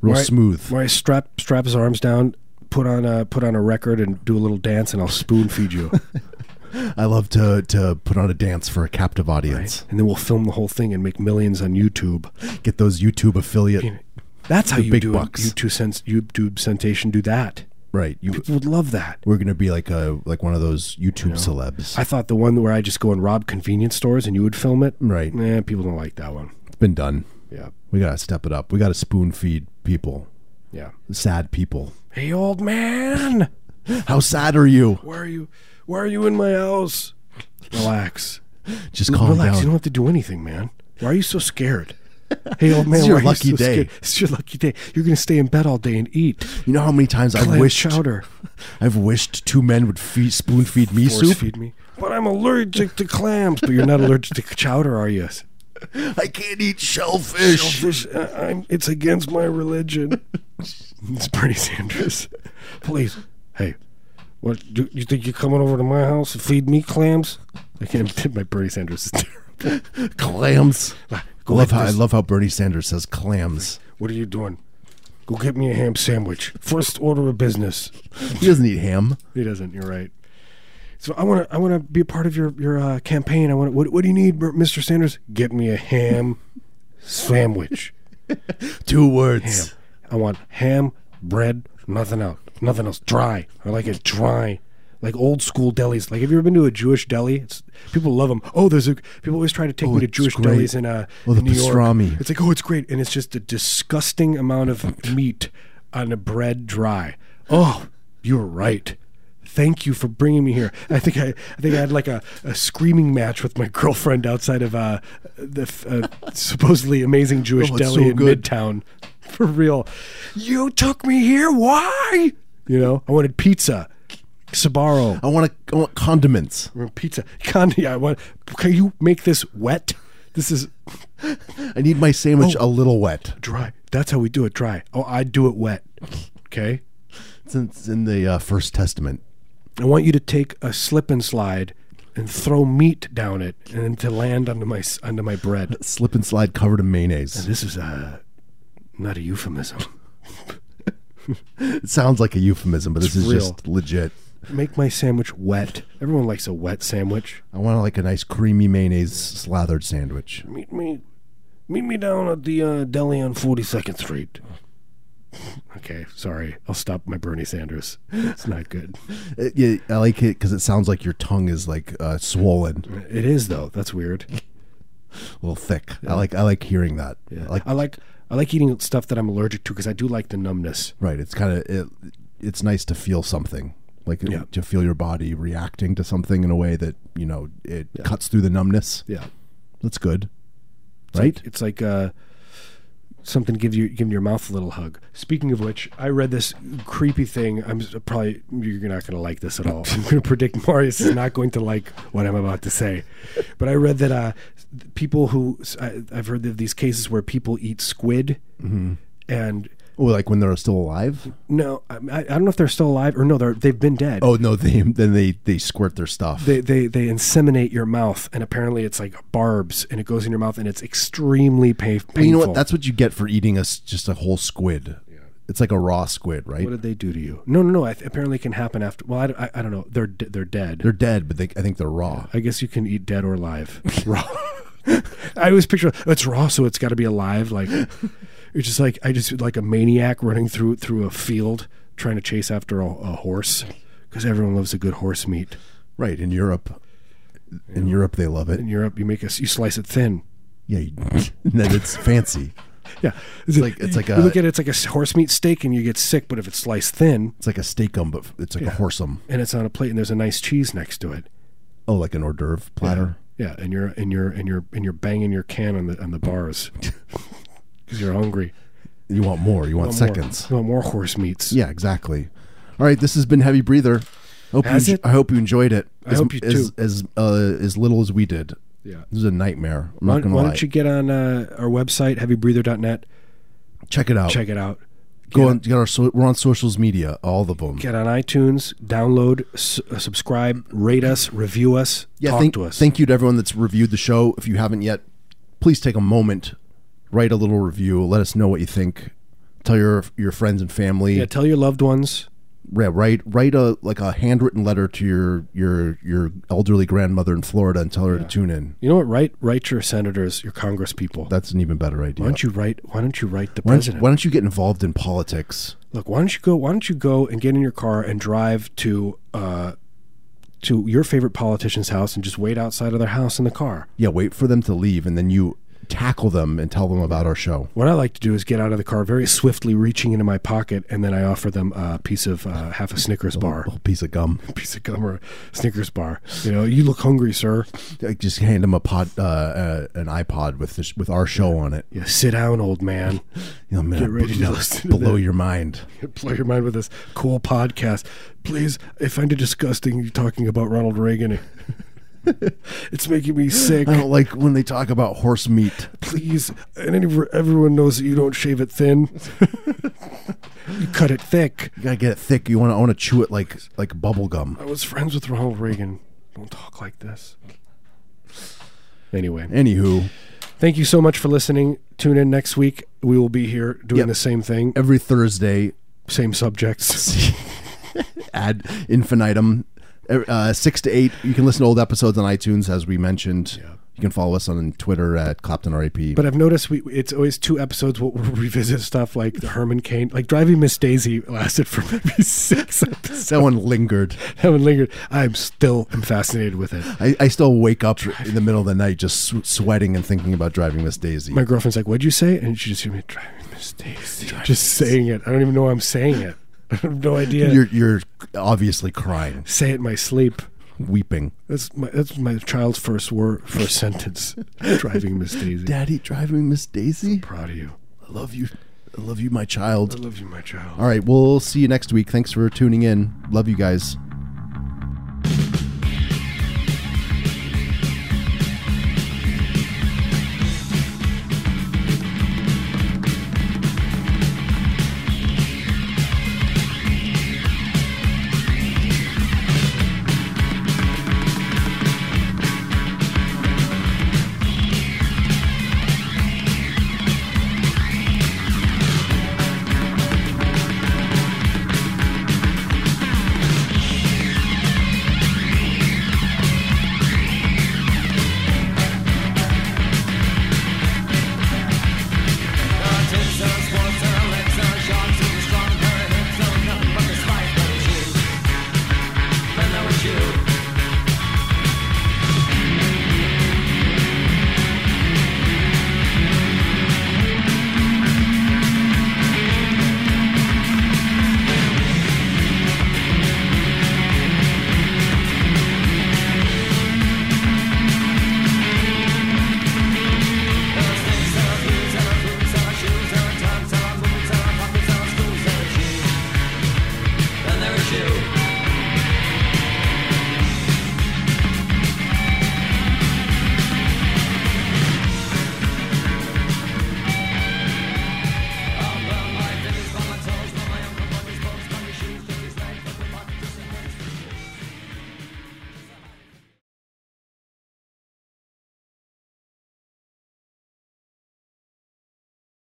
[SPEAKER 1] real
[SPEAKER 2] Mari-
[SPEAKER 1] smooth.
[SPEAKER 2] Marius strap strap his arms down. Put on a put on a record and do a little dance, and I'll spoon feed you.
[SPEAKER 1] I love to to put on a dance for a captive audience.
[SPEAKER 2] and then we'll film the whole thing and make millions on YouTube.
[SPEAKER 1] Get those YouTube affiliate
[SPEAKER 2] That's how
[SPEAKER 1] The
[SPEAKER 2] you
[SPEAKER 1] big
[SPEAKER 2] do
[SPEAKER 1] bucks.
[SPEAKER 2] it. YouTube sense YouTube sensation do that.
[SPEAKER 1] right. You,
[SPEAKER 2] People would love that.
[SPEAKER 1] we're going to be like a like one of those YouTube celebs.
[SPEAKER 2] I thought the one where I just go and rob convenience stores and you would film it.
[SPEAKER 1] Right.
[SPEAKER 2] Eh, people don't like that one.
[SPEAKER 1] It's been done.
[SPEAKER 2] Yeah.
[SPEAKER 1] We got to step it up. We got to spoon feed people,
[SPEAKER 2] Yeah.
[SPEAKER 1] sad people.
[SPEAKER 2] Hey old man,
[SPEAKER 1] How sad are you?
[SPEAKER 2] where are you? Where are you in my house? Relax.
[SPEAKER 1] Just calm
[SPEAKER 2] Relax. You
[SPEAKER 1] down.
[SPEAKER 2] don't have to do anything, man. Why are you so scared? Hey old man,
[SPEAKER 1] is your
[SPEAKER 2] why are you
[SPEAKER 1] lucky
[SPEAKER 2] so
[SPEAKER 1] day.
[SPEAKER 2] scared? It's your lucky day. You're gonna stay in bed all day and eat.
[SPEAKER 1] You know how many times I've
[SPEAKER 2] Clam
[SPEAKER 1] wished
[SPEAKER 2] chowder.
[SPEAKER 1] I've wished two men would feed, spoon feed me
[SPEAKER 2] Force
[SPEAKER 1] soup.
[SPEAKER 2] feed me. But I'm allergic to clams. But you're not allergic to chowder, are you?
[SPEAKER 1] I can't eat shellfish.
[SPEAKER 2] Selfish. I- I'm, it's against my religion. it's Bernie Sanders. Please, hey, what do you think you're coming over to my house to feed me clams? I can't. My Bernie Sanders is terrible.
[SPEAKER 1] Clams.
[SPEAKER 2] Go
[SPEAKER 1] love
[SPEAKER 2] like
[SPEAKER 1] how I
[SPEAKER 2] this.
[SPEAKER 1] love how Bernie Sanders says clams.
[SPEAKER 2] What are you doing? Go get me a ham sandwich. First order of business.
[SPEAKER 1] He doesn't eat ham.
[SPEAKER 2] He doesn't. You're right. So I want to. I want to be a part of your your uh, campaign. I want. What, what do you need, Mr. Sanders? Get me a ham sandwich.
[SPEAKER 1] Two words.
[SPEAKER 2] ham. I want ham, bread, nothing else. Nothing else. Dry. I like it dry. Like old school delis. Like, have you ever been to a Jewish deli? It's, people love them. Oh, there's a, people always try to take me
[SPEAKER 1] Oh,
[SPEAKER 2] to
[SPEAKER 1] it's
[SPEAKER 2] Jewish
[SPEAKER 1] great.
[SPEAKER 2] delis in, uh,
[SPEAKER 1] Oh, the
[SPEAKER 2] in New York.
[SPEAKER 1] pastrami.
[SPEAKER 2] It's like, oh, it's great. And it's just a disgusting amount of meat on a bread dry. Oh, you were right. Thank you for bringing me here. I think I, I think I had like a, a screaming match with my girlfriend outside of uh, the f- uh, supposedly amazing Jewish
[SPEAKER 1] Oh, it's
[SPEAKER 2] deli
[SPEAKER 1] so
[SPEAKER 2] in
[SPEAKER 1] good.
[SPEAKER 2] Midtown. For real. You took me here. Why? You know, I wanted pizza, Sabaro,
[SPEAKER 1] I want to. I want condiments.
[SPEAKER 2] I want pizza. Con- yeah, I want. Can you make this wet? This is
[SPEAKER 1] I need my sandwich
[SPEAKER 2] Oh.
[SPEAKER 1] a little wet.
[SPEAKER 2] dry. That's how we do it dry. Oh, I do it wet. Okay.
[SPEAKER 1] Since in the uh, First Testament,
[SPEAKER 2] I want you to take a slip and slide and throw meat down it and then to land onto my s- onto my bread.
[SPEAKER 1] slip and slide covered in mayonnaise.
[SPEAKER 2] This is uh, not a euphemism.
[SPEAKER 1] It sounds like a euphemism, but this is
[SPEAKER 2] real.
[SPEAKER 1] just legit.
[SPEAKER 2] Make my sandwich wet. Everyone likes a wet sandwich.
[SPEAKER 1] I want like a nice creamy mayonnaise slathered sandwich.
[SPEAKER 2] meet me meet me down at the uh, deli on 42nd street okay sorry i'll stop my bernie sanders it's not good
[SPEAKER 1] Uh, yeah, I like it because it sounds like your tongue is like uh, swollen,
[SPEAKER 2] it is though that's weird
[SPEAKER 1] a little thick. I like. I like hearing that. I like
[SPEAKER 2] i like i like eating stuff that i'm allergic to because i do like the numbness
[SPEAKER 1] Right. It's kind of it, it's nice to feel something. Like
[SPEAKER 2] Yeah.
[SPEAKER 1] to feel your body reacting to something in a way that, you know, it cuts through the numbness.
[SPEAKER 2] yeah
[SPEAKER 1] That's good. Right?
[SPEAKER 2] it's like uh something give you giving your mouth a little hug. Speaking of which, I read this creepy thing. I'm s- probably you're not going to like this at all. I'm going to predict Marius is not going to like what I'm about to say. But I read that uh, people who I, I've heard of these cases where people eat squid
[SPEAKER 1] Mm-hmm.
[SPEAKER 2] and
[SPEAKER 1] Oh, like when they're still alive?
[SPEAKER 2] no, I, I don't know if they're still alive or no, they're they've been dead.
[SPEAKER 1] Oh no, they then they they squirt their stuff.
[SPEAKER 2] they, they they inseminate your mouth, and apparently it's like barbs, and it goes in your mouth, and it's extremely pa- painful.
[SPEAKER 1] Well, you know what? That's what you get for eating us just a whole squid. It's like a raw squid, right?
[SPEAKER 2] what did they do to you? No, no, no. I th- apparently, it can happen after. Well, I, d- I- I don't know. They're d- they're dead.
[SPEAKER 1] they're dead, but they, I think they're raw.
[SPEAKER 2] I guess you can eat dead or alive. raw. I always picture it's raw, so it's got to be alive. Like it's just like I just like a maniac running through through a field trying to chase after a, a horse because everyone loves a good horse meat.
[SPEAKER 1] Right in Europe, in Europe they love it.
[SPEAKER 2] In Europe, you make a s- you slice it thin.
[SPEAKER 1] Yeah, you, and then it's fancy.
[SPEAKER 2] Yeah, it's
[SPEAKER 1] like- it's like a-
[SPEAKER 2] you look at it, it's like a s- horse meat steak, and you get sick. But if it's sliced thin
[SPEAKER 1] It's like a steakum, but f- it's like a horseum.
[SPEAKER 2] and it's on a plate, and there's a nice cheese next to it,
[SPEAKER 1] Oh, like an hors d'oeuvre platter.
[SPEAKER 2] yeah, and you're and you're and you're and you're banging your can on the on the bars because you're hungry.
[SPEAKER 1] You want more? You want,
[SPEAKER 2] Want more-
[SPEAKER 1] seconds?
[SPEAKER 2] want more horse meats?
[SPEAKER 1] Yeah, exactly. All right, this has been heavy breather. Hope
[SPEAKER 2] Has
[SPEAKER 1] you,
[SPEAKER 2] it?
[SPEAKER 1] I hope you enjoyed it.
[SPEAKER 2] I hope you
[SPEAKER 1] as,
[SPEAKER 2] too.
[SPEAKER 1] As uh, as little as we did.
[SPEAKER 2] Yeah.
[SPEAKER 1] This is a nightmare. I'm
[SPEAKER 2] Why,
[SPEAKER 1] not gonna
[SPEAKER 2] why
[SPEAKER 1] lie.
[SPEAKER 2] don't you get on uh, our website heavybreather.net?
[SPEAKER 1] check it out?
[SPEAKER 2] Check it out. Get,
[SPEAKER 1] Go on. Get our. So, we're on socials media. All of them.
[SPEAKER 2] get on iTunes, download, s- uh, subscribe, rate us, review us, talk
[SPEAKER 1] thank,
[SPEAKER 2] to us.
[SPEAKER 1] Thank you to everyone that's reviewed the show. If you haven't yet, please take a moment, write a little review, let us know what you think. Tell your your friends and family.
[SPEAKER 2] yeah, tell your loved ones.
[SPEAKER 1] Yeah, write write a like a handwritten letter to your your your elderly grandmother in Florida and tell her to tune in.
[SPEAKER 2] You know what? Write write your senators, your Congress people.
[SPEAKER 1] That's an even better idea.
[SPEAKER 2] why don't you write? Why don't you write the
[SPEAKER 1] why don't, you-
[SPEAKER 2] president?
[SPEAKER 1] why don't you get involved in politics?
[SPEAKER 2] Look, why don't you go? Why don't you go and get in your car and drive to uh, to your favorite politician's house and just wait outside of their house in the car?
[SPEAKER 1] Yeah, wait for them to leave and then you tackle them and tell them about our show.
[SPEAKER 2] What I like to do is get out of the car very swiftly, reaching into my pocket, and then I offer them a piece of uh, half a Snickers bar,
[SPEAKER 1] A whole piece of gum.
[SPEAKER 2] Oh, piece of gum or a Snickers bar. You know, you look hungry, sir.
[SPEAKER 1] Like, Just hand them a pod, uh, uh, an iPod with this, with our show on it. Oh,
[SPEAKER 2] Yeah, sit down, old man.
[SPEAKER 1] You know, I'm gonna
[SPEAKER 2] Get ready
[SPEAKER 1] b-
[SPEAKER 2] to listen to
[SPEAKER 1] blow
[SPEAKER 2] that.
[SPEAKER 1] your mind.
[SPEAKER 2] Blow your mind with this cool podcast. Please, I find it disgusting you talking about Ronald Reagan. it's making me sick.
[SPEAKER 1] I don't like when they talk about horse meat.
[SPEAKER 2] please. And any, everyone knows that you don't shave it thin. you cut it thick.
[SPEAKER 1] You gotta get it thick. You wanna I wanna chew it like like bubble gum.
[SPEAKER 2] I was friends with Ronald Reagan. Don't talk like this. Anyway,
[SPEAKER 1] Anywho,
[SPEAKER 2] thank you so much for listening. Tune in next week. We will be here doing
[SPEAKER 1] Yep.
[SPEAKER 2] the same thing,
[SPEAKER 1] every Thursday,
[SPEAKER 2] same subjects.
[SPEAKER 1] ad infinitum, uh, six to eight. You can listen to old episodes on iTunes, as we mentioned. You can follow us on Twitter at Clopton RAP.
[SPEAKER 2] But I've noticed we it's always two episodes where we'll revisit stuff like the Herman Cain, like Driving Miss Daisy lasted for maybe six episodes.
[SPEAKER 1] that one lingered.
[SPEAKER 2] That one lingered. I'm still am fascinated with it.
[SPEAKER 1] I, I still wake up in the middle of the night just sw- sweating and thinking about driving Miss Daisy.
[SPEAKER 2] My girlfriend's like, "What'd you say?" And she just hear me driving Miss Daisy, just saying it. I don't even know I'm saying it. I have no idea.
[SPEAKER 1] You're you're obviously crying,
[SPEAKER 2] say it in my sleep.
[SPEAKER 1] weeping.
[SPEAKER 2] That's my that's my child's first word, first sentence. Driving Miss Daisy.
[SPEAKER 1] Daddy, driving Miss Daisy.
[SPEAKER 2] Proud of you.
[SPEAKER 1] I love you. I love you, my
[SPEAKER 2] I
[SPEAKER 1] child.
[SPEAKER 2] love you, my child.
[SPEAKER 1] All right, we'll see you next week. Thanks for tuning in. Love you guys.